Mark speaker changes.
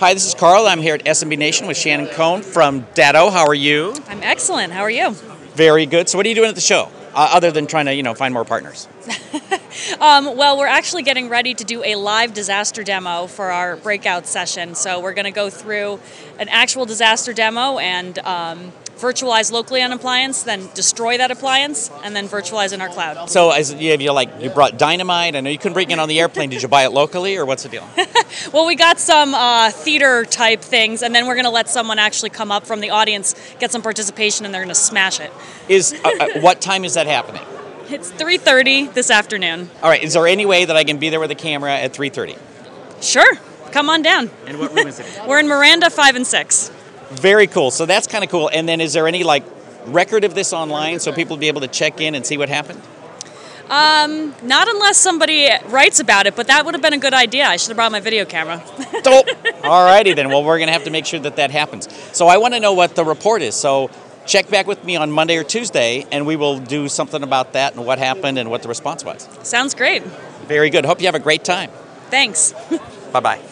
Speaker 1: Hi, this is Carl. I'm here at SMB Nation with Shannon Cohn from Datto. How are you?
Speaker 2: I'm excellent. How are you?
Speaker 1: Very good. So, what are you doing at the show uh, other than trying to, you know, find more partners?
Speaker 2: Um, well, we're actually getting ready to do a live disaster demo for our breakout session. So we're going to go through an actual disaster demo and um, virtualize locally on appliance, then destroy that appliance, and then virtualize in our cloud.
Speaker 1: So, as you have you like you brought dynamite. I know you couldn't bring it on the airplane. Did you buy it locally, or what's the deal?
Speaker 2: Well, we got some uh, theater type things, and then we're going to let someone actually come up from the audience, get some participation, and they're going to smash it.
Speaker 1: Is uh, uh, what time is that happening?
Speaker 2: It's 3:30 this afternoon.
Speaker 1: All right. Is there any way that I can be there with a camera at 3:30?
Speaker 2: Sure, come on down.
Speaker 1: And what room is it?
Speaker 2: We're in Miranda five and six.
Speaker 1: Very cool. So that's kind of cool. And then, is there any like record of this online so people will be able to check in and see what happened?
Speaker 2: Um, not unless somebody writes about it, but that would have been a good idea. I should have brought my video camera.
Speaker 1: Dope. All righty then. Well, we're going to have to make sure that that happens. So I want to know what the report is. So check back with me on Monday or Tuesday, and we will do something about that and what happened and what the response was.
Speaker 2: Sounds great.
Speaker 1: Very good. Hope you have a great time.
Speaker 2: Thanks.
Speaker 1: Bye bye.